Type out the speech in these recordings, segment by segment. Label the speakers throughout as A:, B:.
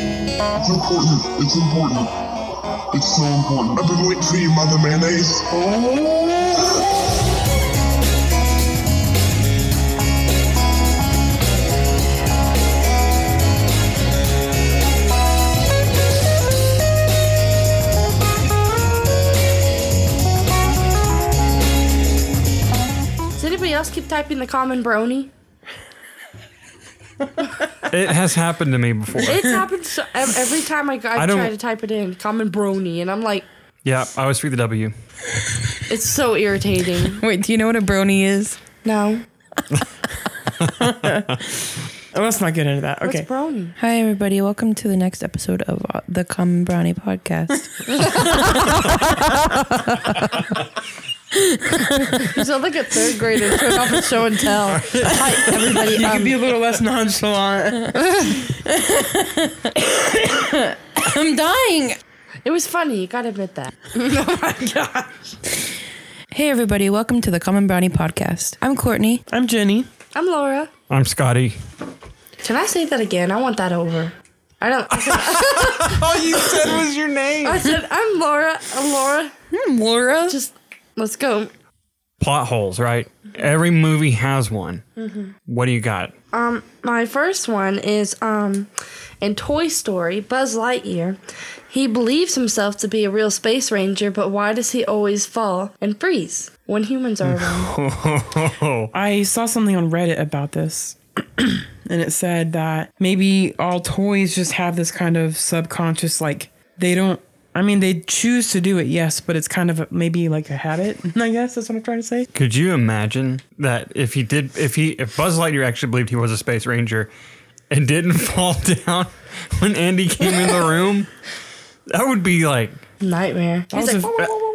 A: It's important. It's important. It's so important. I've been waiting for you, Mother Mayonnaise.
B: Does anybody else keep typing the common brony?
C: It has happened to me before.
B: It's happened so, ev- every time I, go- I,
C: I don't-
B: try to type it in, common brony, and I'm like,
C: yeah, I always forget the W.
B: it's so irritating.
D: Wait, do you know what a brony is?
B: No,
E: Oh, let's not get into that.
B: what's
E: Okay.
B: brony?
D: Hi, everybody. Welcome to the next episode of uh, the Come Brownie podcast.
B: You sound like a third grader showing off a show and tell. Hi, everybody.
E: you
B: Um,
E: can be a little less nonchalant.
D: I'm dying.
B: it was funny. You gotta admit that.
D: Hey, everybody. Welcome to the Common Brownie podcast. I'm Courtney.
E: I'm Jenny.
B: I'm Laura.
C: I'm Scotty.
B: Can I say that again? I want that over. I don't. I said,
C: All you said was your name. Hmm,
B: I said I'm Laura. I'm Laura.
D: I'm Laura.
B: Just let's go.
C: Plot holes, right? Every movie has one.
B: Mm-hmm.
C: What do you got?
B: My first one is um in Toy Story, Buzz Lightyear. He believes himself to be a real space ranger, but why does he always fall and freeze when humans are around?
E: I saw something on Reddit about this. and it said that maybe all toys just have this kind of subconscious, like, they don't. I mean, they choose to do it, yes, but it's kind of a, maybe like a habit, I guess. That's what I'm trying to say.
C: Could you imagine that if he did, if he, if Buzz Lightyear actually believed he was a space ranger and didn't fall down when Andy came in the room? That would be like
B: Nightmare. He's like,
E: was a-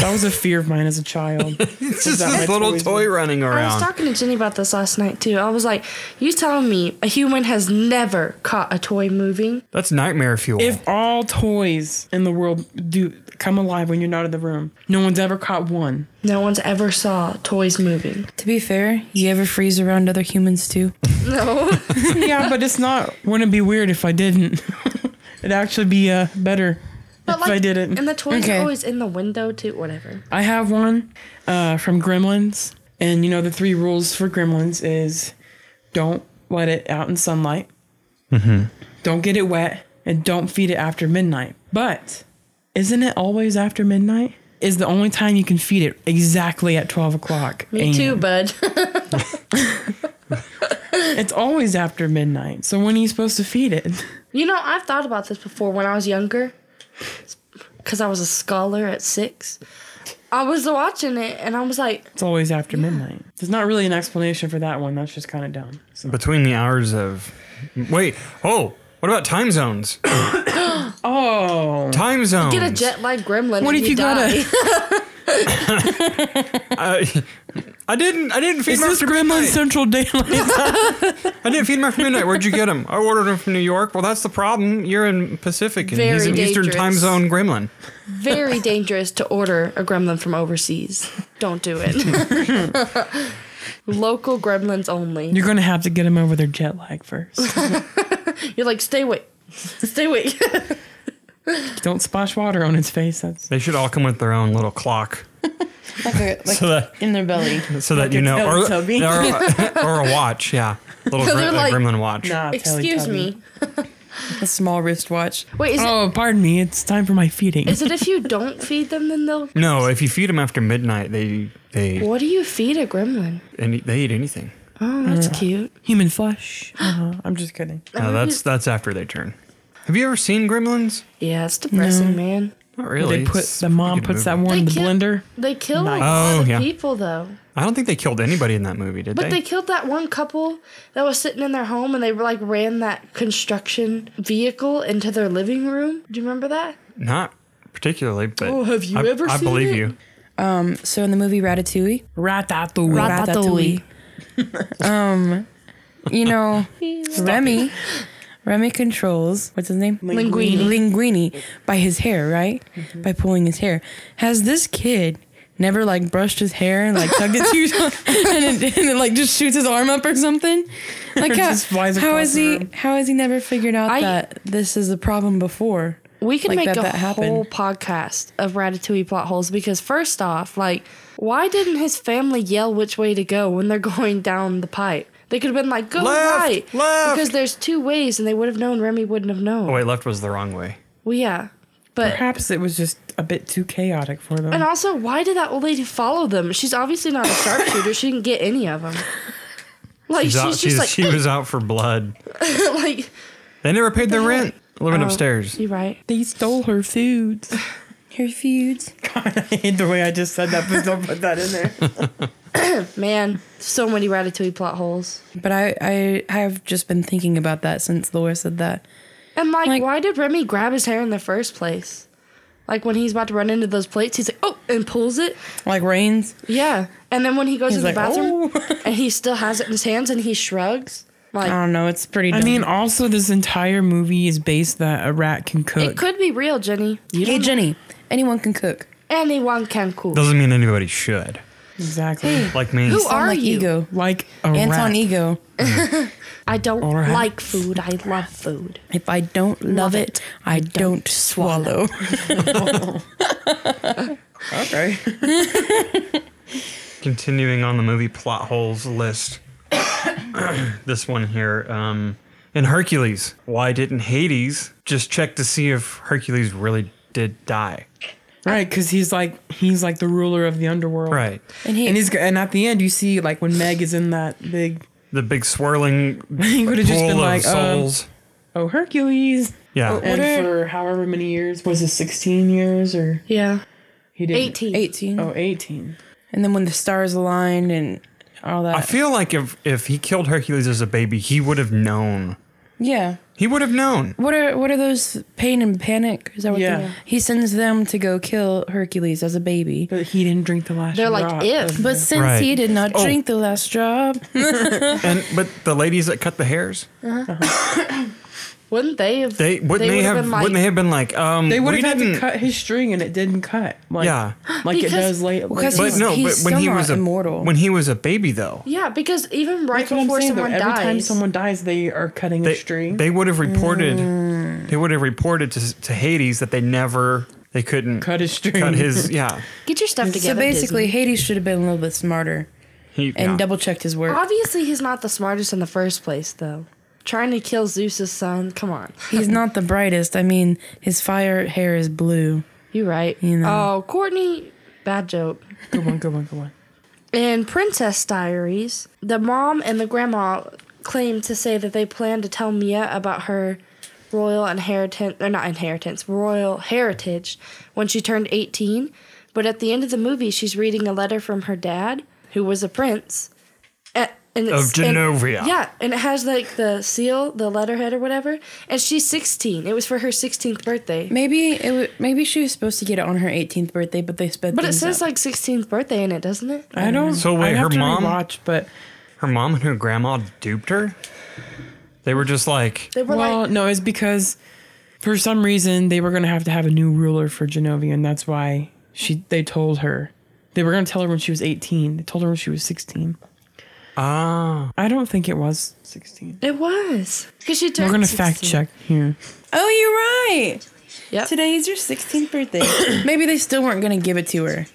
E: That was a fear of mine as a child.
C: it's just
E: that
C: this
E: my
C: little
E: toys
C: toy running
B: I was
C: around.
B: talking to Jenny about this last night too. I was like, "You telling me a human has never caught a toy moving?"
C: That's nightmare fuel.
E: if all toys in the world do come alive when you're not in the room, no one's ever caught one.
B: No one's ever saw toys moving.
D: To be fair, you ever freeze around other humans too?
B: No,
E: yeah, but it's not. Wouldn't it be weird if I didn't? It'd actually be uh, better if I didn't.
B: And the toys
D: Okay.
B: are always in the window too. Whatever.
E: I have one uh, from Gremlins, and you know the three rules for Gremlins is don't let it out in sunlight, don't get it wet, and don't feed it after midnight. But isn't it always after midnight? Is the only time you can feed it exactly at twelve o'clock.
B: Me too, bud.
E: It's always after midnight. So when are you supposed to feed it?
B: You know, I've thought about this before when I was younger, because I was a scholar at six. I was watching it and I was like,
E: It's always after midnight. There's not really an explanation for that one. That's just kind of dumb. So.
C: between the hours of wait oh what about time zones
E: Oh,
C: time zones
B: get a jet lag gremlin.
E: What
B: and
E: if you got
B: die.
C: I, Uh, I didn't i didn't feed
E: is
C: him
E: this
C: after midnight
E: Gremlin Central Daylight?
C: i didn't feed him after midnight where'd you get him i ordered him from new york well that's the problem you're in pacific and he's
B: Very
C: an eastern
B: dangerous.
C: time zone gremlin
B: Very dangerous to order a gremlin from overseas. Don't do it. Local gremlins only.
E: You're gonna have to get him over their jet lag first.
B: You're like, stay awake. Stay awake.
E: Don't splash water on his face. That's
C: they should all come with their own little clock so that
D: in their belly.
C: so that you know or,
E: Teletubby.
C: or, or a watch yeah little
B: So
C: gre-
B: they're
C: a
B: like-
C: gremlin watch
E: not
B: Excuse me.
D: A small wristwatch.
B: Wait, is it,
E: Oh, pardon me. It's time for my feeding.
B: is it if you don't feed them, then they'll.
C: no if you feed them after midnight they they
B: What do you feed a gremlin?
C: any, they eat anything
B: Oh, that's
E: Mm.
B: cute.
E: Human flesh. Uh-huh. I'm just kidding.
C: no, that's that's after they turn have you ever seen gremlins
B: Yeah, it's depressing, man.
C: Not really.
E: They put
C: It's
E: the
C: a
E: mom
C: good
E: puts that
C: movie.
E: one in the blender.
B: They killed
E: Nice.
B: a lot
C: Oh,
B: of
C: yeah.
B: people though.
C: I don't think they killed anybody in that movie, did
B: But they
C: they?
B: killed that one couple that was sitting in their home and they were like ran that construction vehicle into their living room. Do you remember that?
C: Not particularly, but
B: Oh, have you
C: I,
B: ever
C: I
B: seen
C: believe
B: it?
C: you.
D: So in the movie Ratatouille,
E: Ratatouille.
D: Ratatouille. um, you know, Remy. Remy controls what's his name?
B: Linguini.
D: Mm-hmm. Linguini by his hair, right? By pulling his hair. Has this kid never like brushed his hair and like tugged it too, and, it, and it like just shoots his arm up or something. Like how,
E: just flies
D: how
E: across
D: is
E: the
D: he
E: room.
D: how has he never figured out
B: I-
D: that this is the problem before?
B: We can
D: Like,
B: make
D: that-
B: a
D: that happened.
B: whole podcast of Ratatouille plot holes because first off, like, why didn't his family yell which way to go when they're going down the pipe? They could have been like, "Go
C: Left,
B: right,"
C: left.
B: because there's two ways, and they would have known. Remy wouldn't have known.
C: Oh wait, left was the wrong way.
B: Well, yeah, but
E: Perhaps it was just a bit too chaotic for them.
B: and also, why did that old lady follow them? She's obviously not a sharpshooter. she didn't get any of them. Like she's,
C: She's out-
B: just
C: she's-
B: like,
C: she was out for blood.
B: like
C: They never paid their rent.
B: Oh.
C: Living upstairs.
B: you right.
E: they stole her food.
D: Her feuds.
E: God, I hate the way I just said that, but don't put that in there.
B: Man, so many Ratatouille plot holes.
D: But I, I have just been thinking about that since Laura said that.
B: And like,
D: Like-
B: why did Remy grab his hair in the first place? Like when he's about to run into those plates, he's like, "Oh!" and pulls it.
D: Like rains.
B: Yeah. And then when he goes
D: He's
B: in the
D: like, "Oh."
B: bathroom and he still has it in his hands and he shrugs, like
D: I don't know. It's pretty.
E: I
D: dumb.
E: mean, also this entire movie is based that a rat can
B: it
E: cook.
B: could be real, Jenny.
D: hey Jenny, anyone can cook.
B: Anyone can cook.
C: Doesn't mean anybody should.
E: Exactly.
C: Like me.
B: Who are
D: Sound like
B: you?
D: Ego.
E: Like a
D: Anton
E: rat.
D: Ego.
B: I don't
E: right.
B: like food. I love food.
D: If I don't love it, I don't swallow.
E: Okay.
C: Continuing on the movie plot holes list. this one here. Um, in Hercules, why didn't Hades just check to see if Hercules really did die?
E: Right, because he's like he's like the ruler of the underworld.
C: Right.
D: And he
E: And he's and at the end you see like when Meg is in that big
C: The big swirling
E: he would have just
C: pool
E: been
C: of
E: like um,
C: souls.
E: oh Hercules.
C: yeah.
B: oh,
E: And
D: are-
E: for however many years was it sixteen years or
B: Yeah.
E: he did
B: 18.
D: 18.
E: Oh, 18.
D: And then when the stars aligned and all that.
C: I feel like if if he killed Hercules as a baby, he would have known.
D: yeah.
C: He would have known.
D: What are what are those pain and panic? Is that what
E: Yeah.
D: they He sends them to go kill Hercules as a baby.
E: But he didn't drink the last
B: They're like,
E: drop
B: "If."
E: of-
D: But since
C: Right.
D: he did not
C: Oh.
D: drink the last drop,
C: And but the ladies that cut the hairs,
B: Wouldn't they have?
C: they wouldn't they,
B: would
C: have,
B: been
C: wouldn't they have been like um
E: they would
C: we
E: have had to
C: didn't-
E: cut his string and it didn't cut. Like,
C: Yeah.
E: Like it
B: Because-
E: does late.
D: because
E: later
C: But
E: on.
D: He's-
C: no, but
D: he's
C: when
D: still
C: he
D: not
C: was a
D: immortal.
C: when he was a baby though,
B: Yeah, because even right
E: That's what I'm
B: before
E: saying. Though.
B: someone
E: Every time
B: dies,
E: someone dies, they are cutting a
C: they
E: string.
C: they would have reported
D: Mm.
C: they would have reported to, to Hades that they never they couldn't
E: cut his string.
C: cut his yeah
B: get your stuff together.
D: so basically
B: Disney.
D: Hades should have been a little bit smarter
C: he
D: and
C: yeah.
D: double checked his work.
B: obviously he's not the smartest in the first place, though. Trying to kill Zeus's son, come on.
D: He's not the brightest. I mean, his fire hair is blue.
B: You right?
D: You know.
B: Oh, Courtney, bad joke.
E: Good one, good one, good one.
B: In Princess Diaries, the mom and the grandma claim to say that they plan to tell Mia about her royal inheritance, or not inheritance, royal heritage when she turned 18. But at the end of the movie, she's reading a letter from her dad, who was a prince. a- And it's-
C: Of
B: and-
C: Genovia.
B: yeah, and it has like the seal, the letterhead or whatever. And she's 16. It was for her 16th birthday.
D: Maybe it w- maybe she was supposed to get it on her 18th birthday, but they sped.
B: But it
D: things
B: says
D: up.
B: like 16th birthday in it, doesn't it?
E: I don't.
C: So wait,
E: I'd have
C: her
E: to
C: mom-
E: Watch, but
C: her mom and her grandma duped her. They were just like
B: They were
E: well,
B: like,
E: no, it's because for some reason they were gonna have to have a new ruler for Genovia, and that's why she. They told her they were gonna tell her when she was 18. They told her when she was 16.
C: ah
E: I don't think it was 16.
B: it was. Because she turned
E: We're gonna
B: 16.
E: fact check here.
D: Oh, you're right.
B: Yep.
D: Today is your 16th birthday. Maybe they still weren't going to give it to her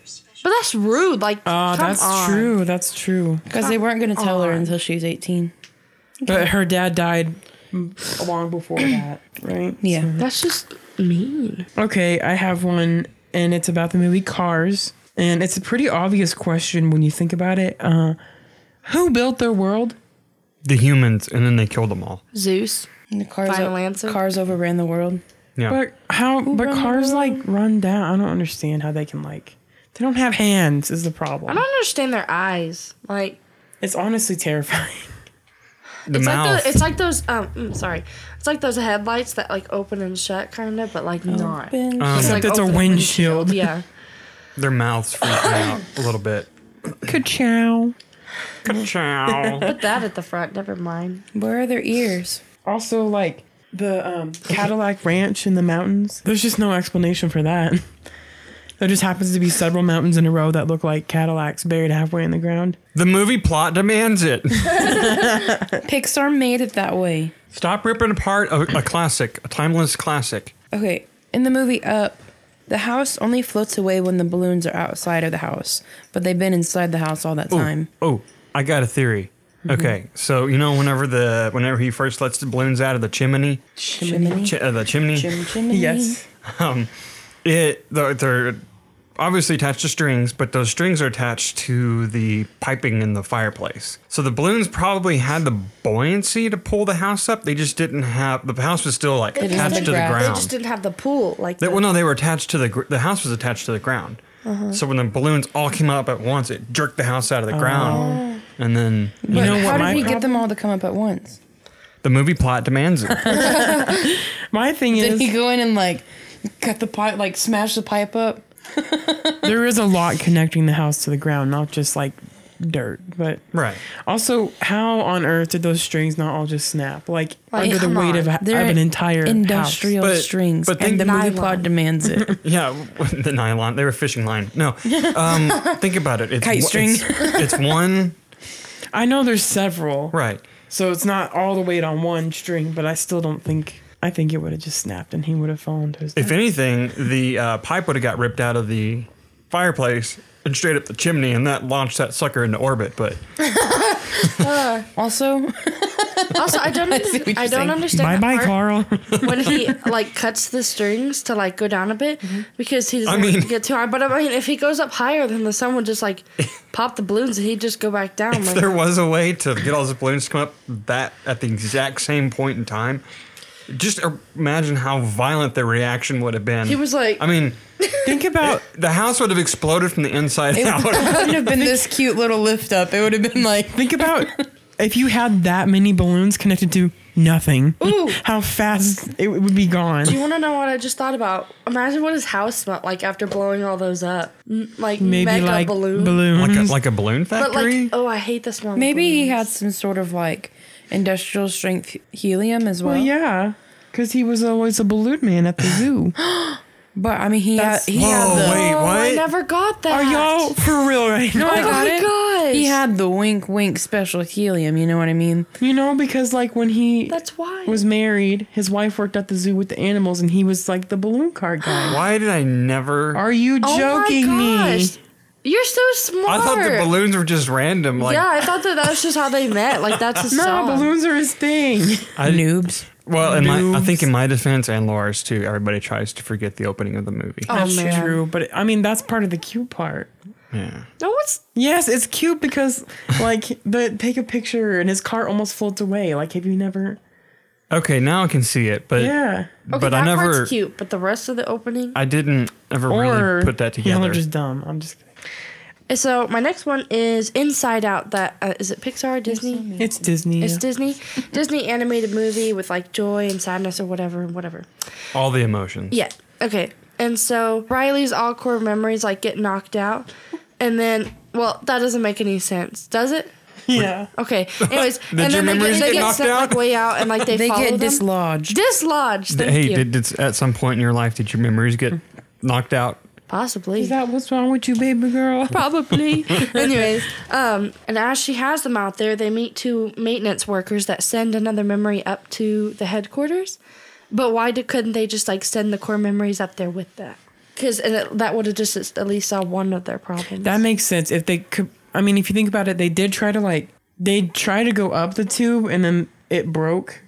B: But that's rude. Like,
E: Oh,
B: come
E: that's
B: on.
E: true. That's true.
D: because they weren't going to tell her
B: on.
D: until she was 18.
E: But her dad died Mm, long before that, right?
D: Yeah.
B: That's just mean.
E: Okay, I have one, and it's about the movie Cars. And it's a pretty obvious question when you think about it. Uh, who built their world?
C: the humans and then they killed them all.
B: Zeus.
D: And the cars,
B: Final answer?
D: cars overran the world.
C: Yeah.
E: But how? but
D: run
E: cars
D: the
E: like run down. I don't understand how they can like. They don't have hands. Is the
B: I
E: problem?
B: don't understand their eyes. Like,
E: It's honestly terrifying.
C: The
B: it's
C: mouth.
B: like the, it's like those. Um, mm, sorry, it's like those headlights that like open and shut, kind of, but like not.
D: Been-
C: Um,
B: It's
E: Except it's a
B: open
E: windshield.
B: Yeah.
C: Their mouths freaking out a little bit.
E: Ka-chow.
C: Ka-chow.
B: Put that at the front. Never mind.
D: Where are their ears?
E: Also, like the um, Cadillac Ranch in the mountains. There's just no explanation for that. There just happens to be several mountains in a row that look like Cadillacs buried halfway in the ground.
C: The movie plot demands it.
D: Pixar made it that way.
C: Stop ripping apart a, a classic, a timeless classic.
D: Okay, in the movie Up, the house only floats away when the balloons are outside of the house, but they've been inside the house all that
C: Ooh,
D: time. Mm-hmm.
C: Oh, I got a theory. Okay, so you know whenever the whenever he first lets the balloons out of the chimney,
D: Chimney.
C: chi- uh, the chimney,
D: Chim- chimney.
E: Yes.
C: um, it they're, they're obviously attached to strings, but those strings are attached to the piping in the fireplace. So the balloons probably had the buoyancy to pull the house up. They just didn't have the house was still like
B: They didn't have
C: attached
D: the
C: to the
D: gra- they
C: ground.
B: They just didn't have the Uh-huh. pool like
C: They-
B: that.
C: well, no, they were attached to the gr- the house was attached to the ground. So when the balloons all came up at once, it jerked the house out
B: Oh.
C: of the ground, and then you
D: But
C: know
E: what
D: how
E: my
D: did he get them all to come up at once?
C: the movie plot demands it.
E: My thing
D: Did
E: is,
D: he go in and like cut the pipe, like smash the pipe up?
E: there is a lot connecting the house to the ground, not just like dirt, but
C: right.
E: Also, how on earth did those strings not all just snap? Like,
B: Like,
E: under the
B: come
E: weight
B: on.
E: of, a- of an entire
D: industrial
C: house. But-
D: strings,
C: but
D: and
C: think-
D: the movie
B: Nylon.
D: plot demands it.
C: Yeah, w- the nylon. They were fishing line. No, um, think about it. It's
E: Kite
C: one-
E: string.
C: It's, it's one.
E: House. I know there's several,
C: Right.
E: so it's not all the weight on one string, but I still don't think. I think it would have just snapped, and he would have fallen to his.
C: If
E: death.
C: anything, the uh, pipe would have got ripped out of the fireplace and straight up the chimney, and that launched that sucker into orbit. But
D: also,
B: also, I don't.
D: see what
B: under-
D: you're
B: I, don't
D: saying.
E: bye
B: understand.
E: bye,
B: that part
E: Carl.
B: When he like cuts the strings to like go down a bit because he doesn't
C: I mean-
B: want it to get too high. But I mean, if he goes up higher, then the sun would just like pop the balloons and he'd just go back down.
C: if
B: Like,
C: there was a way to get all the balloons to come up that at the exact same point in time, just imagine how violent their reaction would have been.
B: He was like-
C: I mean,
E: think about
C: the house would have exploded from the inside out.
D: it would have been this cute little lift up. It would have been like
E: think about if you had that many balloons connected to nothing.
B: Ooh.
E: how fast it would be gone.
B: you want to know what I just thought about? Imagine what his house smelled like after blowing all those up, N- like
E: Maybe
B: mega
E: like
B: balloon.
E: balloons.
C: like a, like a balloon
B: But
C: factory.
B: like, oh, I hate this one.
D: maybe he had some sort of like industrial strength helium as well.
E: well, yeah, because he was always a balloon man at the zoo.
D: But I mean, he had
E: That's-
D: he
C: Whoa,
D: had the
C: wait,
B: Oh, I
C: what?
B: never got that.
E: Are y'all for real right now?
D: No, I
B: Oh
D: got
B: my
D: it.
B: gosh.
D: He had the wink wink special helium. You know what I mean?
E: You know, because like when he
B: That's why.
E: was married, his wife worked at the zoo with the animals, and he was like the balloon card guy.
C: Why did I never?
E: Are you
B: Oh my
E: joking me?
B: gosh. You're so smart.
C: I thought the balloons were just random. Like,
B: yeah, I thought that that's just how they met. Like that's his
E: No,
B: song.
E: balloons are his thing.
C: I,
D: Noobs.
C: Well, in my, I
E: Noobs.
C: think in my defense and Laura's too, everybody tries to forget the opening of the movie.
B: Oh
E: that's
B: man.
E: true, but I mean that's part of the cute part.
C: Yeah.
B: No, what's
E: Yes, it's cute because like the take a picture and his car almost floats away. Like have you never?
C: Okay, now I can see it, but
E: Yeah.
B: okay?
C: but
B: that
C: I never,
B: part's cute, but the rest of the opening.
C: I didn't ever
E: Or
C: really put that
E: Y'all
C: together.
E: are just dumb. I'm just. Kidding.
B: eh, so my next one is Inside Out. That uh, is it. Pixar, Disney.
E: It's Disney.
B: It's Disney, Disney animated movie with like joy and sadness or whatever, whatever.
C: All the emotions.
B: Yeah. Okay. And so Riley's all core memories like get knocked out, and then well that doesn't make any sense, does it?
E: yeah.
B: Okay. Anyways, and
C: your
B: then they
C: memories
B: get, they
C: get
B: get
C: knocked
B: sent
C: out?
B: like way out and like they,
D: They
B: follow
D: get
B: them.
D: dislodged.
B: dislodged.
C: D-
B: Thank
C: hey,
B: you. Mm-hmm.
C: did, did at some point in your life did your memories get knocked out?
B: Possibly.
E: Is that what's wrong with you, baby girl?
B: Probably. Anyways, um, and as she has them out there, they meet two maintenance workers that send another memory up to the headquarters. But why did, couldn't they just like send the core memories up there with that? Because that would have just at least solved one of their problems.
E: That makes sense. If they could, I mean, if you think about it, they did try to like they tried to go up the tube and then it broke,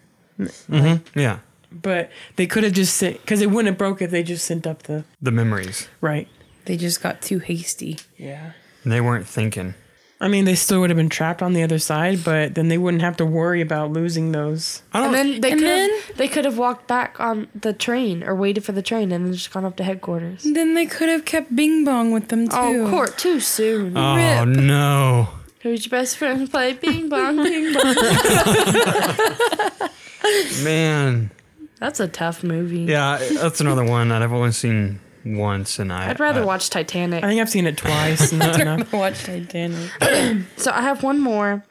C: Yeah,
E: but they could have just sent because it wouldn't have broke if they just sent up the
C: the memories.
E: right.
D: They just got too hasty.
E: Yeah.
C: They weren't thinking.
E: I mean, they still would have been trapped on the other side, but then they wouldn't have to worry about losing those.
C: I don't.
B: Oh, and then they
D: And
B: could
D: then-
B: have they could have walked back on the train or waited for the train and then just gone up to headquarters.
D: Then they could have kept Bing Bong with them too.
B: Oh, court too soon.
C: oh no.
B: Who's your best friend? Play ping pong, ping pong.
C: Man.
B: That's a tough movie.
C: Yeah, that's another one that I've only seen once, and I. uh,
B: I'd rather
C: I-
B: watch Titanic.
E: I think I've seen it twice, and that's enough.
D: Watch Titanic.
B: So I have one more,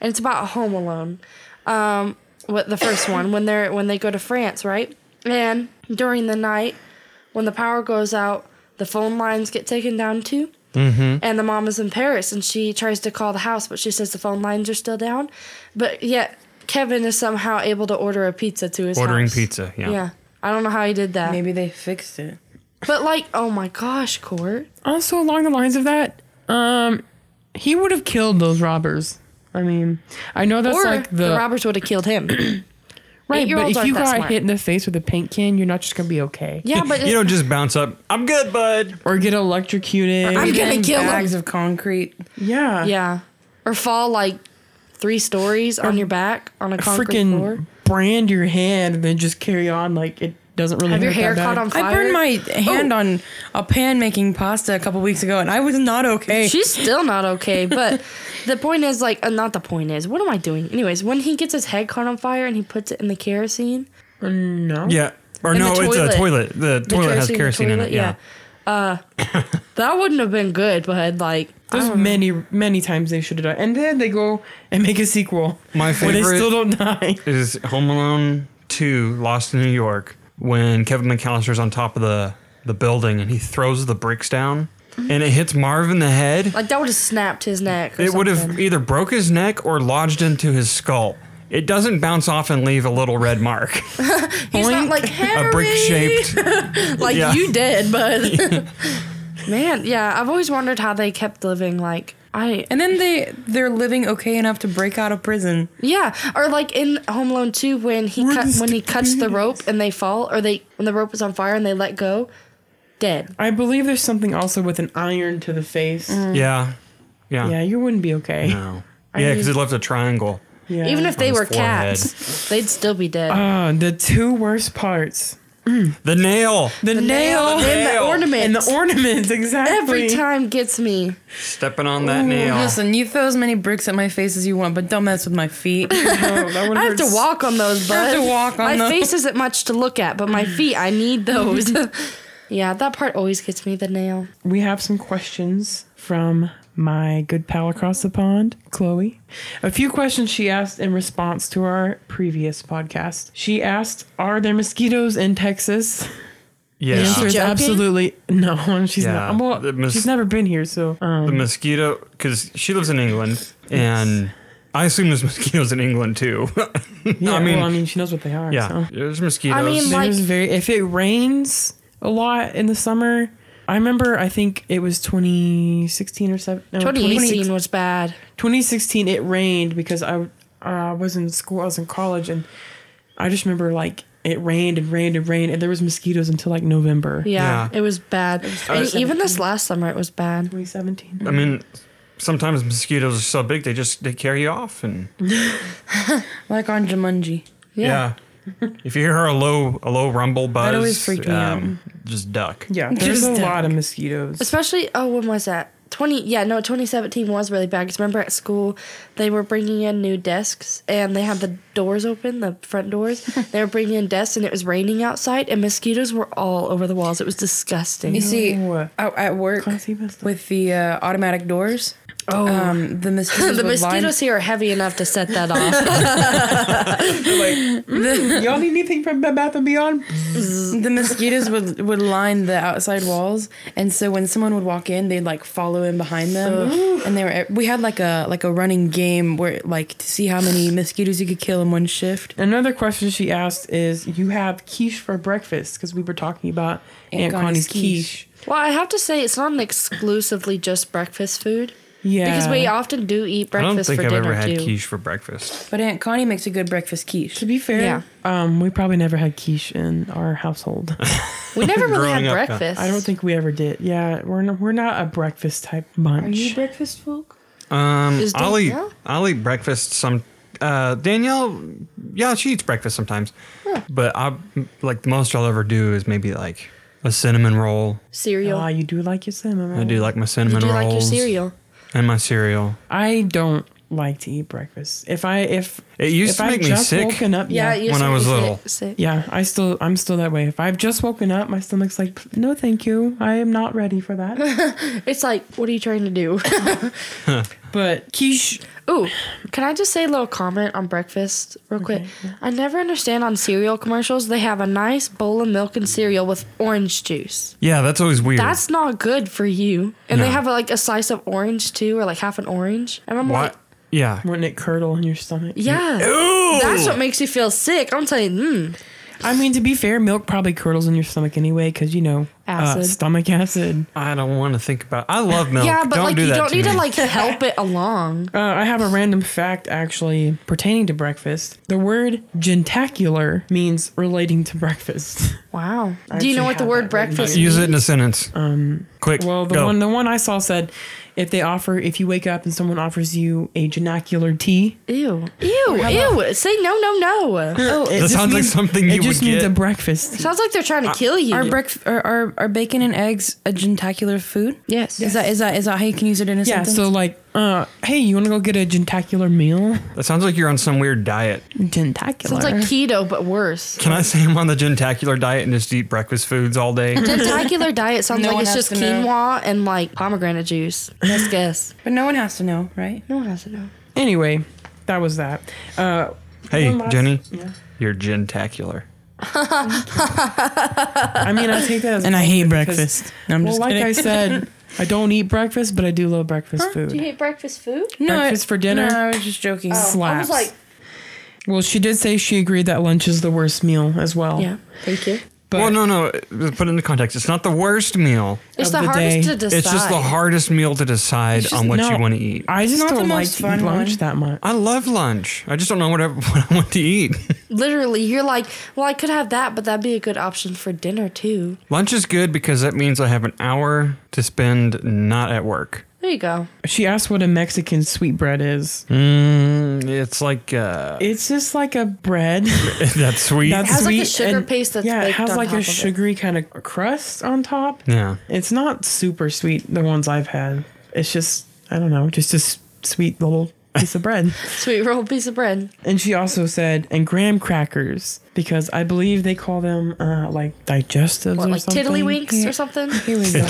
B: and it's about Home Alone. Um, what the first one when they're when they go to France, right? And during the night, when the power goes out, the phone lines get taken down too.
C: Mm-hmm.
B: And the mom is in Paris and she tries to call the house, but she says the phone lines are still down. But yet, Kevin is somehow able to order a pizza to his
C: Ordering
B: house.
C: pizza, yeah.
B: Yeah. I don't know how he did that.
D: Maybe they fixed it.
B: But, like, oh my gosh, Court.
E: Also, along the lines of that, um, he would have killed those robbers. I mean, I know that's
B: Or
E: like
B: the,
E: the,
B: robbers would have killed him.
E: right, but
B: eight-year-olds
E: if
B: aren't
E: you
B: that
E: got
B: smart.
E: hit in the face with a paint can, you're not just gonna be okay.
B: yeah, but
C: You don't just bounce up. I'm good, bud.
E: Or get electrocuted.
B: I'm gonna
D: In
B: kill him.
D: bags of concrete.
E: yeah.
B: Yeah. Or fall like three stories on your back on a concrete
E: Freaking
B: floor.
E: brand your hand and then just carry on like it doesn't really
B: Have your
E: hurt
B: hair
E: that
B: caught
E: bad.
B: on fire. Oh.
D: I burned my hand on a pan making pasta a couple weeks ago, and I was not okay.
B: She's still not okay, but the point is like uh, not the point is. What am I doing? Anyways, when he gets his head caught on fire and he puts it in the kerosene,
E: No.
C: Yeah. Or
B: And
C: no,
B: the
C: it's
B: toilet.
C: a toilet. The toilet has kerosene in
B: toilet,
C: it. Yeah.
B: Uh that wouldn't have been good, but like
E: There's many, many times they should have done. And then they go and make a sequel.
C: My
E: Where
C: favorite-
E: they still don't die.
C: Is Home Alone 2 Lost in New York when Kevin McAllister's on top of the, the building and he throws the bricks down and it hits Marv in the head?
B: Mm-hmm. like that would have snapped his neck. Or
C: It would
B: something.
C: have either broke his neck or lodged into his skull. It doesn't bounce off and leave a little red mark,
B: He's not like Harry.
C: a brick shaped.
B: like
C: Yeah.
B: you did, but man, yeah, I've always wondered how they kept living. Like I,
D: and then they they're living okay enough to break out of prison.
B: yeah, or like in Home Alone Two when he cut when he cuts the rope and they fall, or they when the rope is on fire and they let go, dead.
E: I believe there's something also with an iron to the face.
B: Mm.
C: Yeah. Yeah.
E: Yeah, you wouldn't be okay.
C: No. Yeah, because it left a triangle.
E: Yeah.
B: Even if they
C: his
B: were
C: forehead.
B: cats, they'd still be dead.
E: Uh, the two worst parts.
C: The nail.
E: The, nail,
B: and the
C: nail.
B: ornament.
E: and the ornaments, exactly.
B: Every time gets me.
C: Stepping on that nail.
D: Listen, you throw as many bricks at my face as you want, but don't mess with my feet.
E: Oh, that would
B: I have to walk on those, bud.
D: have to walk on
B: My
D: those.
B: face isn't much to look at, but my feet, I need those. yeah, that part always gets me. The nail.
E: We have some questions from my good pal across the pond, Chloe. A few questions she asked in response to our previous podcast. She asked, "Are there mosquitoes in Texas?" The
C: yeah.
E: answer is
B: joking?
E: absolutely no. She's
C: Yeah,
E: not. Well,
C: the mos-
E: she's never been here, so um,
C: The mosquito, because she lives in England, and I assume there's mosquitoes in England too.
E: yeah,
C: I mean,
E: well, I mean, she knows what they are. so.
C: yeah, there's mosquitoes.
B: I mean, like-
E: There's very if it rains a lot in the summer. I remember I think it was 2016 or 7 no,
B: 2018 was bad.
E: 2016 it rained because I uh, I was in school I was in college and I just remember like it rained and rained and rained and there was mosquitoes until like November.
B: Yeah,
C: Yeah.
B: it was bad. and even this last summer, it was bad.
E: 2017.
C: I mean, sometimes mosquitoes are so big they just they carry you off, and
D: like on Jumanji.
B: Yeah.
C: yeah. if you hear a low a low rumble buzz, um,
E: always freaked me out.
C: Just duck.
E: Yeah, there's
D: Just
E: a
D: duck.
E: lot of mosquitoes.
B: Especially, oh, when was that? 20, yeah, no, 2017 was really bad. Because remember at school, they were bringing in new desks and they had the doors open, the front doors. they were bringing in desks and it was raining outside and mosquitoes were all over the walls. It was disgusting.
D: You see,
E: No.
D: out at work
E: Classy bastard.
D: with the uh, automatic doors. Oh, um, the mosquitoes.
B: the
D: would line-
B: mosquitoes here are heavy enough to set that off.
E: Y'all need anything from Bed Bath and Beyond?
D: the mosquitoes would would line the outside walls, and so when someone would walk in, they'd like follow in behind them, and they were. eh, We had like a like a running game where like to see how many mosquitoes you could kill in one shift.
E: Another question she asked is, "You have quiche for breakfast?" Because we were talking about Aunt, Connie's, quiche.
B: well, I have to say, it's not an exclusively just breakfast food.
E: Yeah,
B: Because we often do eat
C: I don't
B: breakfast
C: think
B: for
C: I've
B: dinner
C: ever had
B: too.
C: quiche for breakfast.
D: But Aunt Connie makes a good breakfast quiche.
E: to be fair,
B: Yeah.
E: um, we probably never had quiche in our household.
B: We never really
C: Growing
B: had
C: up, uh, yeah.
B: breakfast.
E: I don't think we ever did. Yeah, we're n we're not a breakfast type bunch.
D: breakfast folk?
C: Um,
B: Is
C: I'll eat
B: Danielle?
C: I'll eat breakfast some. Uh, Danielle, yeah, she eats breakfast sometimes, but I like the most I'll ever do is maybe like a cinnamon roll.
B: Cereal.
E: Ah, you do like your cinnamon.
C: I do like my
B: you
C: cinnamon
B: do
C: rolls.
B: like your cereal.
C: and my cereal.
E: I don't like to eat breakfast. If I if
C: It used
E: if
C: to
E: I've
C: make me
E: just
C: sick.
E: Woken up,
B: Yeah,
E: yeah,
B: you
C: when I was little.
B: Sick.
E: yeah. I still I'm still that way. If I've just woken up, my stomach's like, no, thank you. I am not ready for that.
B: It's like, what are you trying to do?
E: but quiche.
B: Ooh, can I just say a little comment on breakfast real quick? I never understand on cereal commercials. They have a nice bowl of milk and cereal with orange juice.
C: Yeah, that's always weird.
B: That's not good for you. And they
C: No.
B: have like a slice of orange too, or like half an orange. And I'm like,
C: what? Yeah.
E: Wouldn't it curdle in your stomach?
B: yeah, that's what makes you feel sick. I'm telling you, mm,
E: I mean, to be fair, milk probably curdles in your stomach anyway, because you know, Uh,
B: Acid.
E: stomach acid.
C: I don't want to think about. I love milk.
B: yeah, but
C: don't
B: like
C: do
B: you
C: that
B: don't need
C: me.
B: to like help it along.
E: Uh, I have a random fact actually pertaining to breakfast. The word gentacular means relating to breakfast.
B: Wow.
E: I
B: Do you know
E: actually
B: what the
E: have
B: word
E: that written
B: breakfast?
E: down.
C: Use it in a sentence. Quick.
E: Well, the
C: go.
E: one the one I saw said, if they offer, if you wake up and someone offers you a gentacular tea,
B: Ew. Ew. Ew. Say no, no, no.
E: oh, it
C: That
E: just
C: sounds like
E: means-
C: something you
E: it just
C: would
E: means
C: get.
E: a breakfast.
B: Sounds like they're trying
C: Uh,
B: to kill you.
D: Are, breakf- are, are are bacon and eggs a gentacular food?
B: Yes.
D: Is that is that is that how you can use it in a
E: Yeah,
D: sentence?
E: so like, uh, hey, you want to go get a gentacular meal?
C: That sounds like you're on some weird diet.
E: Gentacular.
B: Sounds like keto, but worse.
C: Can I say I'm on the gentacular diet and just eat breakfast foods all day?
B: Tentacular diet sounds
D: No
B: like
D: one
B: it's
D: has
B: just
D: to know.
B: quinoa and like pomegranate juice. Let's guess.
D: but no one has to know, right?
B: No one has to know.
E: anyway, that was that. Uh,
C: hey,
E: one last-
C: Jenny, you're gentacular.
E: I mean, I take that as
D: Uh, And I hate
E: because-
D: breakfast. No, I'm
E: well,
D: just
E: like
D: kidding.
E: I said, I don't eat breakfast, but I do love breakfast food.
B: hate breakfast food?
E: breakfast for dinner?
D: No, Oh, I was just joking.
B: I
E: Slaps.
B: was like,
E: well, she did say she agreed that lunch is the worst meal as well.
B: yeah, thank you.
E: But
C: well, no, no. Put it into context. It's not the worst meal.
B: It's the,
E: Of the
B: hardest
E: day.
B: to decide.
C: It's just the hardest meal to decide
E: It's just-
C: on what
E: no,
C: you want to eat. I,
E: I just
D: Not the
E: don't like
D: most
E: to
D: fun
E: eat lunch
D: one.
E: that much.
C: love lunch. I just don't know what I, what I want to eat.
B: Literally, you're like, well, I could have that, but that'd be a good option for dinner too.
C: lunch is good because that means I have an hour to spend not at work.
B: There you go.
E: She asked what a Mexican sweetbread is.
C: Mm, it's like uh,
E: It's just like a bread.
C: that's sweet.
E: That's
B: has like a
E: sweet
B: sugar
E: and-
B: paste that's
E: yeah, it
B: baked
E: has
B: on
E: like
B: top
E: a
B: of it.
E: sugary kind of crust on top.
C: yeah.
E: It's not super sweet. The ones I've had, it's just I don't know, just a s- sweet little piece of bread.
B: Sweet rolled piece of bread.
E: And she also said, and graham crackers because I believe they call them uh, like digestives
B: What,
E: or
B: like
E: something.
B: tiddlywinks or something?
D: Here we go.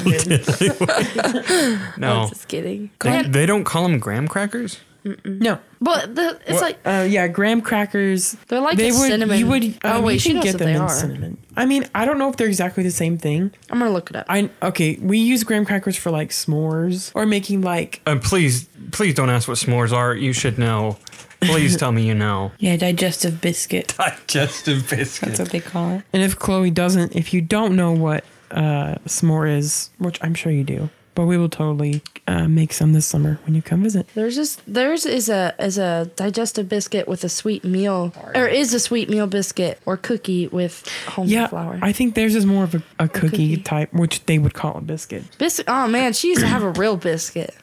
C: No,
B: Just kidding.
C: they,
B: Man,
C: they don't call them graham crackers.
E: No,
B: but the, it's like
E: uh, yeah, graham crackers.
B: They're like a cinnamon-
E: You would.
B: Oh,
E: oh
B: wait,
E: wait, you
B: she
E: can
B: knows
E: get
B: what
E: them
B: they
E: in
B: are.
E: cinnamon. I mean, I don't know if they're exactly the same thing.
B: I'm gonna look it up.
E: I okay. We use graham crackers for like s'mores or making like
C: Uh, please, please don't ask what s'mores are. You should know. Please tell me you know.
D: yeah, digestive biscuit.
C: Digestive biscuit.
D: That's what they call it.
E: And if Chloe doesn't, if you don't know what uh, s'more is, which I'm sure you do, but we will totally uh, make some this summer when you come visit.
B: There's just theirs is a is a digestive biscuit with a sweet meal, or is a sweet meal biscuit or cookie with homemade
E: Yeah,
B: flour.
E: I think theirs is more of a, a cookie,
B: cookie.
E: type, which they would call a biscuit.
B: Bis- oh man, she used to have a real biscuit.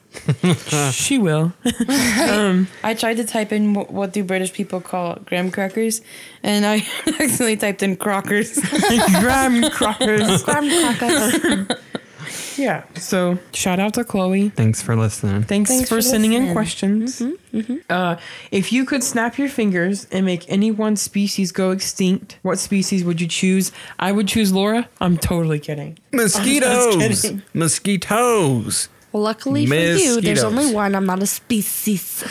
E: she will.
D: I tried to type in what, what do British people call graham crackers, and I accidentally typed in crockers.
E: Graham crackers.
B: Graham crackers.
E: yeah. So shout out to Chloe.
C: Thanks for listening.
E: Thanks,
D: Thanks
E: for,
D: for
E: sending
D: listening.
E: in questions. Uh, if you could snap your fingers and make any one species go extinct, what species would you choose? I would choose Laura. I'm totally kidding.
C: Mosquitoes.
E: kidding.
C: Mosquitoes.
B: well, luckily for you, there's
C: Mosquitoes.
B: only one. I'm not a species,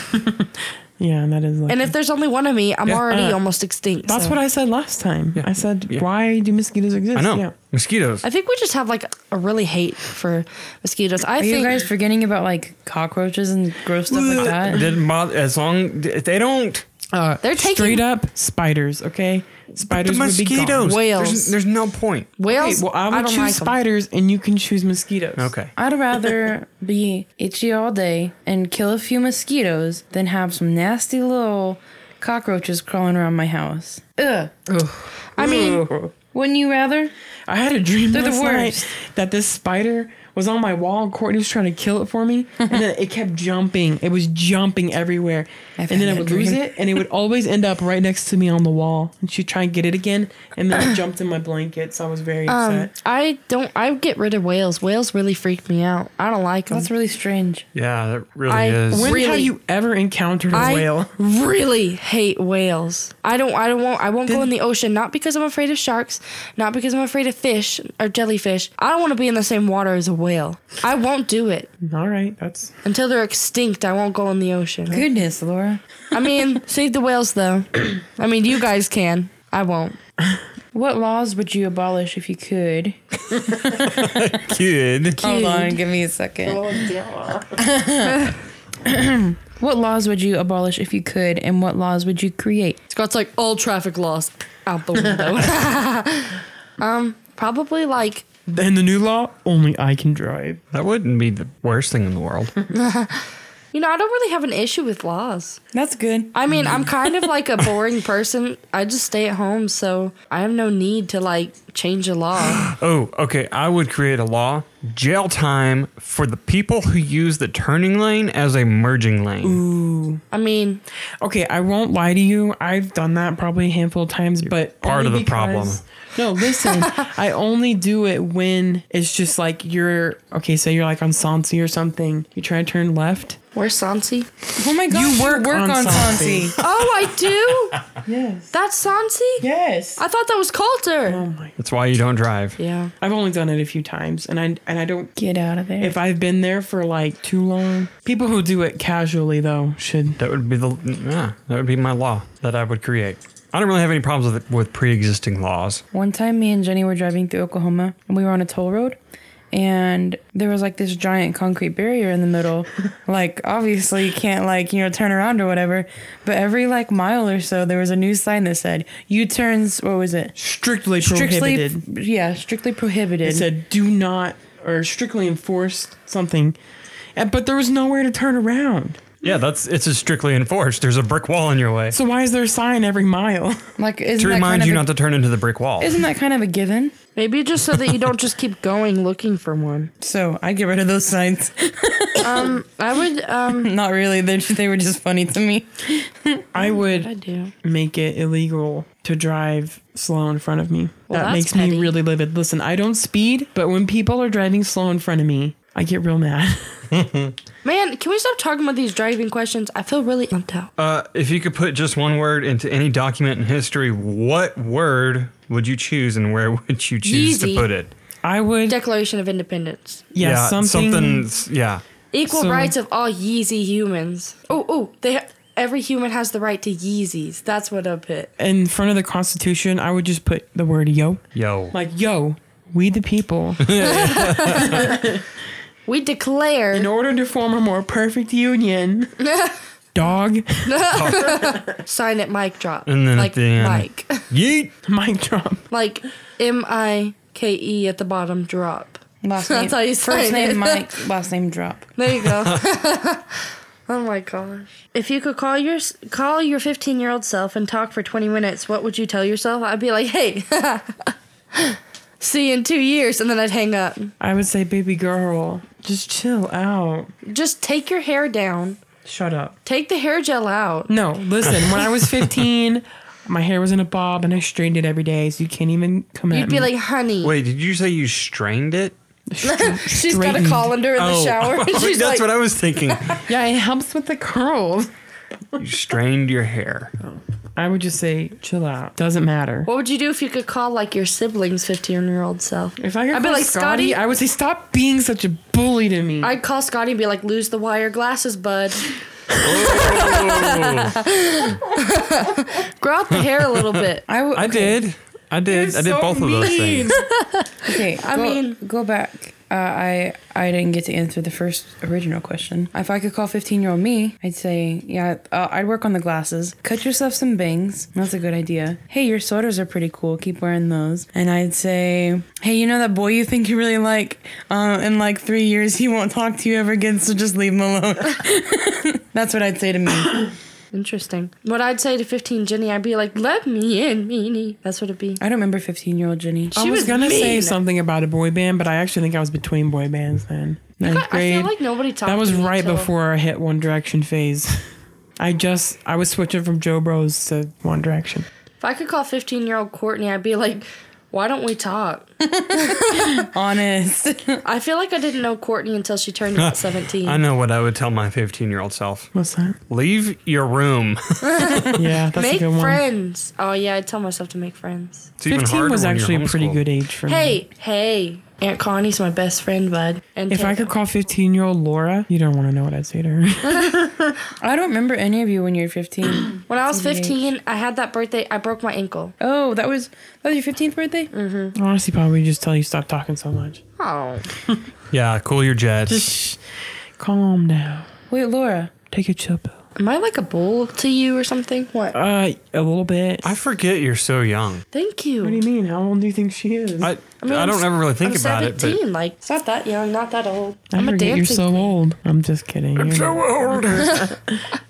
E: Yeah, and that is like
B: and if there's only one of me, I'm
C: Yeah.
B: already
E: Uh,
B: almost extinct.
E: That's
B: so.
E: what I said last time. I said,
C: Yeah.
E: why do mosquitoes exist?
C: I know.
E: Yeah.
C: Mosquitoes.
B: I think we just have like a really hate for mosquitoes. I
D: Are
B: think
D: you guys forgetting about like cockroaches and gross stuff like that?
C: Didn't bother as long they don't.
E: Uh,
B: They're taking-
E: straight up spiders. Okay,
C: The
E: spiders would be
C: mosquitoes.
E: gone.
B: Whales.
C: There's, there's no point.
E: Okay,
B: whales.
E: well, I would
B: don't
E: choose
B: like 'em.
E: spiders, and you can choose mosquitoes.
C: Okay.
D: I'd rather be itchy all day and kill a few mosquitoes than have some nasty little cockroaches crawling around my house. Ugh.
B: I mean,
E: Ugh.
D: Wouldn't you rather?
E: I had a dream
D: They're the
E: last night
D: worst.
E: that this spider was on my wall. Courtney was trying to kill it for me, and then it kept jumping. It was jumping everywhere,
D: I've
E: and then I
D: had
E: would
D: that
E: lose
D: dream.
E: it, and it would always end up right next to me on the wall. And she'd try and get it again, and then it jumped in my blanket. So I was very
B: Um,
E: upset.
B: I don't. I get rid of whales. Whales really freak me out. I don't like them.
D: That's really strange.
C: Yeah, that really
B: I-
C: is.
E: When have
B: really-
E: you ever encountered a
B: I
E: whale?
B: really hate whales. I don't. I don't want. I won't go
E: Then-
B: in the ocean. Not because I'm afraid of sharks. Not because I'm afraid of fish or jellyfish. I don't want to be in the same water as a whale. I won't do it
E: All right, that's
B: until they're extinct. I won't go in the ocean.
D: Goodness, Laura.
B: I mean, save the whales though. I mean, you guys can. I won't.
D: What laws would you abolish if you could?
C: kid.
D: Hold on, give me a second. what laws would you abolish if you could, and what laws would you create?
B: Scott's like all traffic laws out the window. um, probably like
E: then the new law. Only I can drive.
C: That wouldn't be the worst thing in the world.
B: you know. I don't really have an issue with laws.
D: That's good.
B: I mean, I'm kind of like a boring person. I just stay at home, so I have no need to like change a law.
C: Oh, okay. I would create a law jail time for the people who use the turning lane as a merging lane.
B: I mean,
E: Okay, I won't lie to you. I've done that probably a handful of times, but
C: part of the
E: only
C: problem.
E: No, listen. I only do it when it's just like you're okay. Say you're like on Sansi or something. You're trying to turn left.
B: where's Sansi?
D: Oh my god, you work,
E: on
D: on,
E: Sansi.
D: Sansi.
B: Oh, I do.
E: Yes.
B: That's Sansi.
E: Yes.
B: I thought that was Coulter.
E: Oh my.
C: That's why you don't drive.
B: Yeah.
E: I've only done it a few times, and I and I don't.
D: Get out of there.
E: If I've been there for like too long, people who do it casually though should.
C: That would be the yeah, that would be my law that I would create. I don't really have any problems with with pre-existing laws.
D: One time, me and Jenny were driving through Oklahoma and we were on a toll road, and there was like this giant concrete barrier in the middle. like, obviously, you can't, like, you know, turn around or whatever. But every like mile or so, there was a new sign that said, U turns, what was it?
E: Strictly prohibited.
D: Strictly, yeah, strictly prohibited.
E: it said do not or strictly enforce something, and, but there was nowhere to turn around.
C: Yeah, that's it's just strictly enforced. There's a brick wall in your way
E: So why is there a sign every mile?
D: like, isn't
C: to
D: that
C: remind
D: kind of
C: you
D: a-
C: not to turn into the brick wall.
D: Isn't that kind of a given?
B: Maybe just so that you don't just keep going looking for one.
D: So I get rid of those signs.
B: I would. Um.
D: Not really. They they were just funny to me.
E: I would.
B: I do.
E: make it illegal to drive slow in front of me.
B: Well,
E: that
B: that's
E: makes
B: petty.
E: me really livid. Listen, I don't speed, but when people are driving slow in front of me, I get real mad.
B: Man, can we stop talking about these driving questions? I feel really empty out.
C: Uh, if you could put just one word into any document in history, what word would you choose, and where would you choose
B: Yeezy.
C: to put it?
E: I would, yeah,
B: Declaration of Independence.
E: something.
C: s- yeah.
B: Equal
E: So-
B: rights of all Yeezy humans. Oh, oh, they every human has the right to Yeezys. That's what I put.
E: in front of the Constitution. I would just put the word "yo,"
C: Yo.
E: like "yo." We the people,
B: We declare.
E: in order to form a more perfect union, dog,
B: sign it, mic drop.
C: And then at
B: like
C: the end.
B: Mike,
C: Yeet.
E: mic drop.
B: like M I K E at the bottom drop.
D: Last
B: That's
D: name,
B: how you
D: first
B: sign
D: name
B: it.
D: Mike, last name Drop.
B: There you go. oh my gosh! If you could call your call your 15 year old self and talk for 20 minutes, what would you tell yourself? I'd be like, hey. See you in two years, and then I'd hang up.
E: I would say, "Baby girl, just chill out.
B: Just take your hair down.
E: Shut up."
B: Take the hair gel out.
E: No, listen. When I was 15, my hair was in a bob and I strained it every day, so you can't even come at
B: You'd be
E: me.
B: like, honey.
C: Mm. Wait, did you say you strained it?
B: she's got a colander in the
C: Oh.
B: shower. and she's
C: that's
B: like,
C: what I was thinking.
E: yeah, it helps with the curls.
C: you strained your hair.
E: I would just say, chill out. Doesn't matter.
B: what would you do if you could call like your siblings' 15 year old self?
E: If I could
B: I'd be
E: call
B: like,
E: Scotty,
B: Scotty-
E: I would say, stop being such a bully to me.
B: I'd call Scotty and be like, lose the wire glasses, bud. Grow out the hair a little bit.
D: I would.
C: I did. I did. I did both of those things.
D: Okay, I
B: mean-
D: go back. Uh, I I didn't get to answer the first original question. If I could call fifteen year old me, I'd say, yeah, uh, I'd work on the glasses. Cut yourself some bangs. That's a good idea. Hey, your sweaters are pretty cool. Keep wearing those. And I'd say, hey, you know that boy you think you really like? Uh, in like three years, he won't talk to you ever again. So just leave him alone. That's what I'd say to me.
B: Interesting. What I'd say to 15 Jenny, I'd be like, let me in, meanie. That's what it'd be.
D: I don't remember 15 year old Jenny.
E: I
B: She
E: was,
B: was
E: gonna say
B: mean.
E: something about a boy band, but I actually think I was between boy bands then. Ninth
B: I
E: grade.
B: feel like nobody talked
E: that was
B: to me
E: right
B: until-
E: before I hit One Direction phase. I just I was switching from Joe Bros to One Direction.
B: If I could call 15 year old Courtney, I'd be like, why don't we talk?
D: Honest.
B: I feel like I didn't know Courtney until she turned about 17.
C: I know what I would tell my 15 year old self.
E: What's that?
C: Leave your room.
E: Yeah, that's
B: make
E: a good one.
B: friends. Oh, yeah, I tell myself to make friends.
C: It's even
E: Fifteen
C: harder
E: was
C: when you're
E: actually a pretty
C: homeschooled.
E: good age for me.
B: Hey, hey, Aunt Connie's my best friend, bud. And
E: If I
B: Taylor.
E: could call fifteen year old Laura, you don't want to know what I'd say to her.
D: I don't remember any of you when you were 15.
B: when I was 15, I had that birthday. I broke my ankle.
D: oh, that was that was your 15th birthday?
E: Honestly, probably just tell you stop talking so much.
B: Oh,
C: Yeah, cool your jets.
E: Just calm down.
D: Wait, Laura.
E: Take a chill pill.
B: am I like a bull to you or something? What?
E: Uh, a little bit.
C: I forget you're so young.
B: Thank you.
E: what do you mean? How old do you think she is?
C: I, I,
B: mean,
C: don't
B: I'm-
C: ever really think
B: I'm
C: about it.
B: 17. Like, it's not that young, not that old.
E: I
B: am a dancing.
E: forget you're so old. I'm just kidding. You're,
C: But old.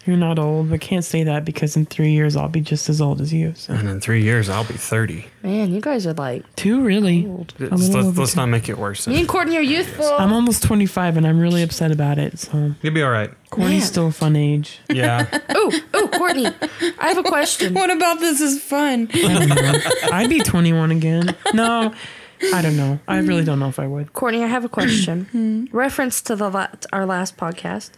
E: you're not old, but can't say that because in three years I'll be just as old as you. So.
C: and in three years, I'll be 30.
B: Man, you guys are like.
E: Two, really?
C: Let's-
E: little
C: let's,
E: over
C: let's
E: two.
C: not make it worse.
B: Me
C: Then.
B: and Courtney are youthful.
E: I'm almost 25 and I'm really upset about it. So
C: You'll be all right.
E: Courtney's
B: Man.
E: still a fun age.
C: Yeah.
B: oh, oh, Courtney, I have a question.
D: What about this is fun?
E: I'd be 21 again. No, I don't know. I really don't know if I would.
B: Courtney, I have a
E: Hmm.
B: question. Reference to the la- our last podcast.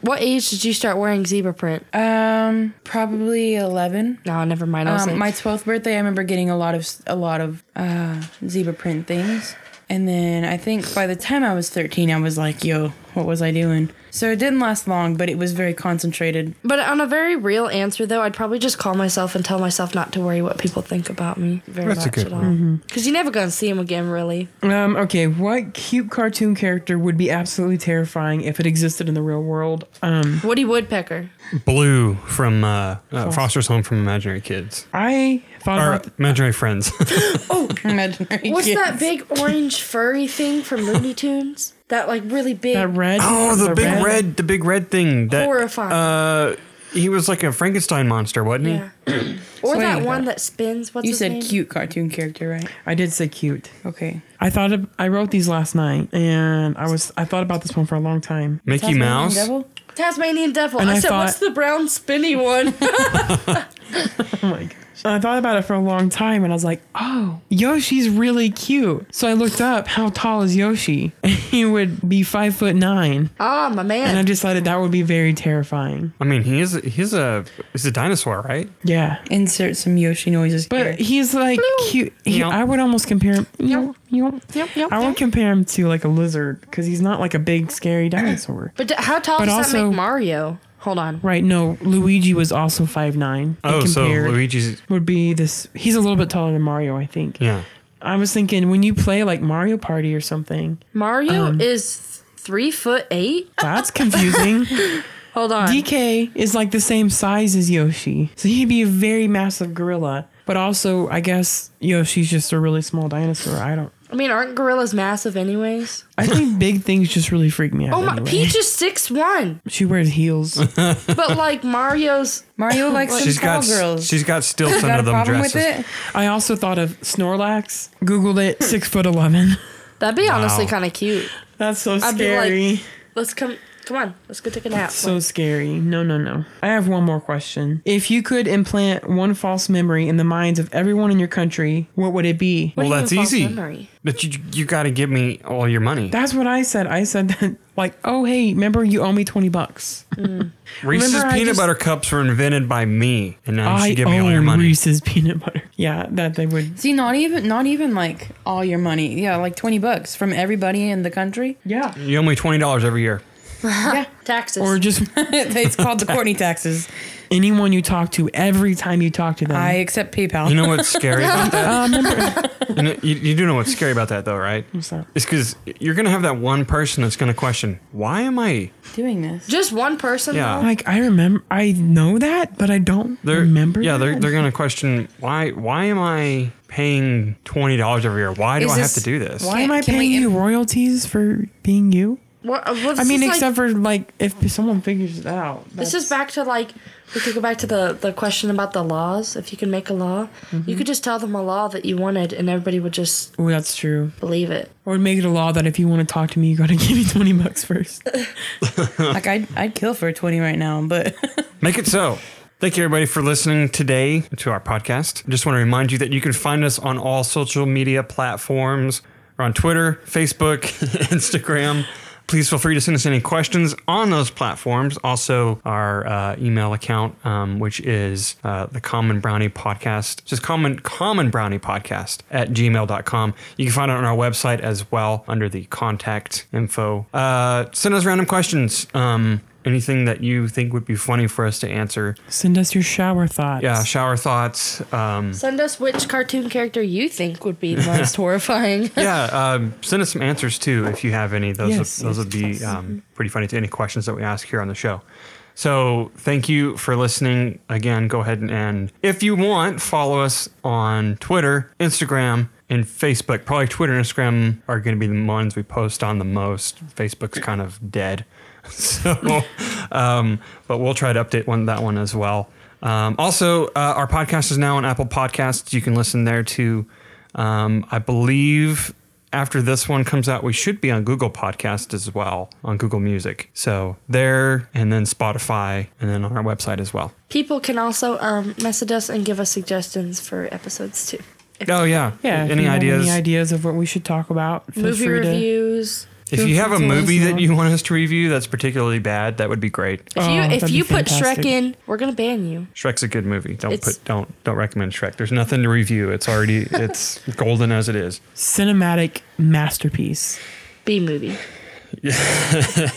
B: What age did you start wearing zebra print? Uh,
D: Um, probably 11.
B: No, never mind. I was
D: Um,
B: like,
D: my 12th birthday, I remember getting a lot of a lot of uh, zebra print things. And then I think by the time I was 13, I was like, yo, what was I doing? So it didn't last long, but it was very concentrated.
B: but on a very real answer, though, I'd probably just call myself and tell myself not to worry what people think about me very
C: That's a
B: much
C: good
B: at all.
E: Mm-hmm.
B: Because you're never gonna see him again, really.
E: Um, okay, what cute cartoon character would be absolutely terrifying if it existed in the real world? Um,
B: Woody Woodpecker.
C: Blue from uh, uh, Foster's Home from Imaginary Kids.
E: I thought
C: Or
E: about
C: Imaginary Friends.
D: Imaginary
B: What's
D: kids.
B: that big orange furry thing from Looney Tunes? That like really big.
E: that red.
C: oh, the, big red. the big red thing. That,
B: Horrifying.
C: Uh, he was like a Frankenstein monster, wasn't he?
B: yeah. or
D: Something
B: that
D: like
B: one that spins. What's
D: You
B: his
D: said
B: name?
D: cute cartoon character, right?
E: I did say cute.
D: Okay.
E: I thought of, I wrote these last night, and I was I thought about this one for a long time.
C: Mickey
D: Tasmanian
C: Mouse.
D: Devil?
B: Tasmanian Devil.
E: And
B: I,
E: I
B: said,
E: thought-
B: what's the brown spinny one?
E: Oh my gosh! And I thought about it for a long time, and I was like, oh, Yoshi's really cute. So I looked up how tall is Yoshi, and he would be five foot nine,
B: Ah, my man.
E: and I decided that would be very terrifying.
C: I mean, he is he's a he's a dinosaur, right?
E: Yeah.
D: Insert some Yoshi noises. here.
E: But he's like cute. He,
C: Meow.
E: I would almost compare him.
B: Yep.
E: meow, meow.
B: Yep, yep,
E: I
B: yep.
E: would compare him to like a lizard because he's not like a big scary dinosaur.
B: But d- how tall
E: But
B: does that
E: also-
B: make Mario? Hold on.
E: Right? No, Luigi was also five nine.
C: Oh, so Luigi's
E: would be this. He's a little bit taller than Mario, I think.
C: yeah.
E: I was thinking when you play like Mario Party or something.
B: Mario
E: Um,
B: is three foot eight.
E: That's confusing.
B: Hold on.
E: DK is like the same size as Yoshi, so he'd be a very massive gorilla. But also, I guess Yoshi's just a really small dinosaur. I don't.
B: I mean, aren't gorillas massive anyways?
E: I think big things just really freak me out.
B: Oh my,
E: anyway.
B: Peach is six one,
E: She wears heels.
B: but like Mario's.
D: Mario likes some
C: She's
D: tall
C: got
D: girls.
C: she's got stilts
D: got
C: under
D: a
C: them
D: problem
C: dresses.
D: with it?
E: I also thought of Snorlax. Googled it. Six foot eleven.
B: That'd be honestly
C: Wow.
B: kind of cute.
E: That's so
B: I'd be like-
E: scary.
B: Let's come. Come on. Let's go take a nap.
E: so scary. No, no, no. I have one more question. If you could implant one false memory in the minds of everyone in your country, what would it be?
B: What do
C: Well,
B: you mean
C: that's
B: false
C: easy.
B: memory?
C: But you you got to give me all your money.
E: That's what I said. I said that, like, oh, hey, remember you owe me 20 bucks.
C: Reese's
E: remember I
C: peanut
E: just-
C: butter cups were invented by me, and now you
E: I
C: should give me all your
E: owe
C: money.
E: Reese's peanut butter. Yeah, that they would.
D: See, not even not even like all your money. Yeah, like twenty bucks from everybody in the country.
E: Yeah.
C: You owe me twenty dollars every year.
B: Taxes.
E: Or just
D: it's called the Courtney taxes.
E: anyone you talk to every time you talk to them.
D: I accept PayPal.
C: You know what's scary about that?
E: Uh, remember-
C: You, know, you, you do know what's scary about that, though, right?
E: What's that?
C: It's because you're gonna have that one person that's gonna question, "Why am I?"
D: doing this.
B: just one person.
C: Yeah.
B: though?
E: like, I remember, I know that, but I don't
C: They're,
E: remember.
C: Yeah, they're
E: that.
C: they're gonna question why why am I paying twenty dollars every year? Why do
D: Is
C: I have
D: this-
C: to do this?
E: Why am I
D: Can we
E: paying
D: im-
E: you royalties for being you?
B: What, what,
E: I mean,
B: this is
E: except for like if someone figures it out.
B: like, this is
E: that's-
B: back to like we could go back to the the question about the laws. If you can make a law,
E: Mm-hmm.
B: you could just tell them a law that you wanted, and everybody would just
E: Ooh, that's true.
B: believe it.
E: Or make it a law that if you want to talk to me, you gotta give me twenty bucks first.
D: Like I'd, I'd kill for a twenty right now, but
C: Make it so. Thank you, everybody, for listening today to our podcast. I just want to remind you that you can find us on all social media platforms. We're on Twitter, Facebook, Instagram. Please feel free to send us any questions on those platforms. Also, our uh, email account, um, which is uh, the Common Brownie Podcast, just common, common Brownie Podcast at gmail.com. You can find it on our website as well under the contact info. Uh, send us random questions. Um, anything that you think would be funny for us to answer.
E: Send us your shower thoughts.
C: Yeah, shower thoughts.
E: Mm.
C: Um,
B: Send us which cartoon character you think would be the most horrifying.
C: yeah, um, send us some answers too if you have any. Those
E: Yes,
C: would, those
E: yes, Mm-hmm.
C: would be um, pretty funny to any questions that we ask here on the show. So thank you for listening. Again, go ahead and, and if you want, follow us on Twitter, Instagram, and Facebook. Probably Twitter and Instagram are going to be the ones we post on the most. Facebook's kind of dead, so um, but we'll try to update one that one as well. Um, also, uh, our podcast is now on Apple Podcasts. You can listen there too. Um, I believe after this one comes out, we should be on Google Podcast as well, on Google Music. So there, and then Spotify, and then on our website as well.
B: People can also um, message us and give us suggestions for episodes too. If-
C: Oh yeah,
E: Yeah. if
C: Any
E: you have
C: ideas?
E: Any ideas of what we should talk about? Feel
B: movie
E: free to-
B: reviews.
C: If
E: Feel
C: you
E: free
C: have a
E: to let us
C: movie that
E: know.
C: you want us to review that's particularly bad, that would be great.
B: If
E: Oh,
B: you if
E: that'd
B: you
E: be
B: put Shrek
E: fantastic.
B: in, we're gonna ban you.
C: Shrek's a good movie. Don't
B: It's-
C: put don't don't recommend Shrek. There's nothing to review. It's already it's golden as it is.
E: cinematic masterpiece.
B: B movie.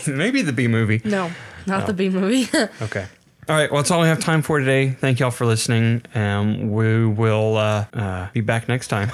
C: Maybe the B movie.
B: No, not the B movie.
C: Okay. All right. Well, that's all we have time for today. Thank y'all for listening. Um, we will uh, uh, be back next time.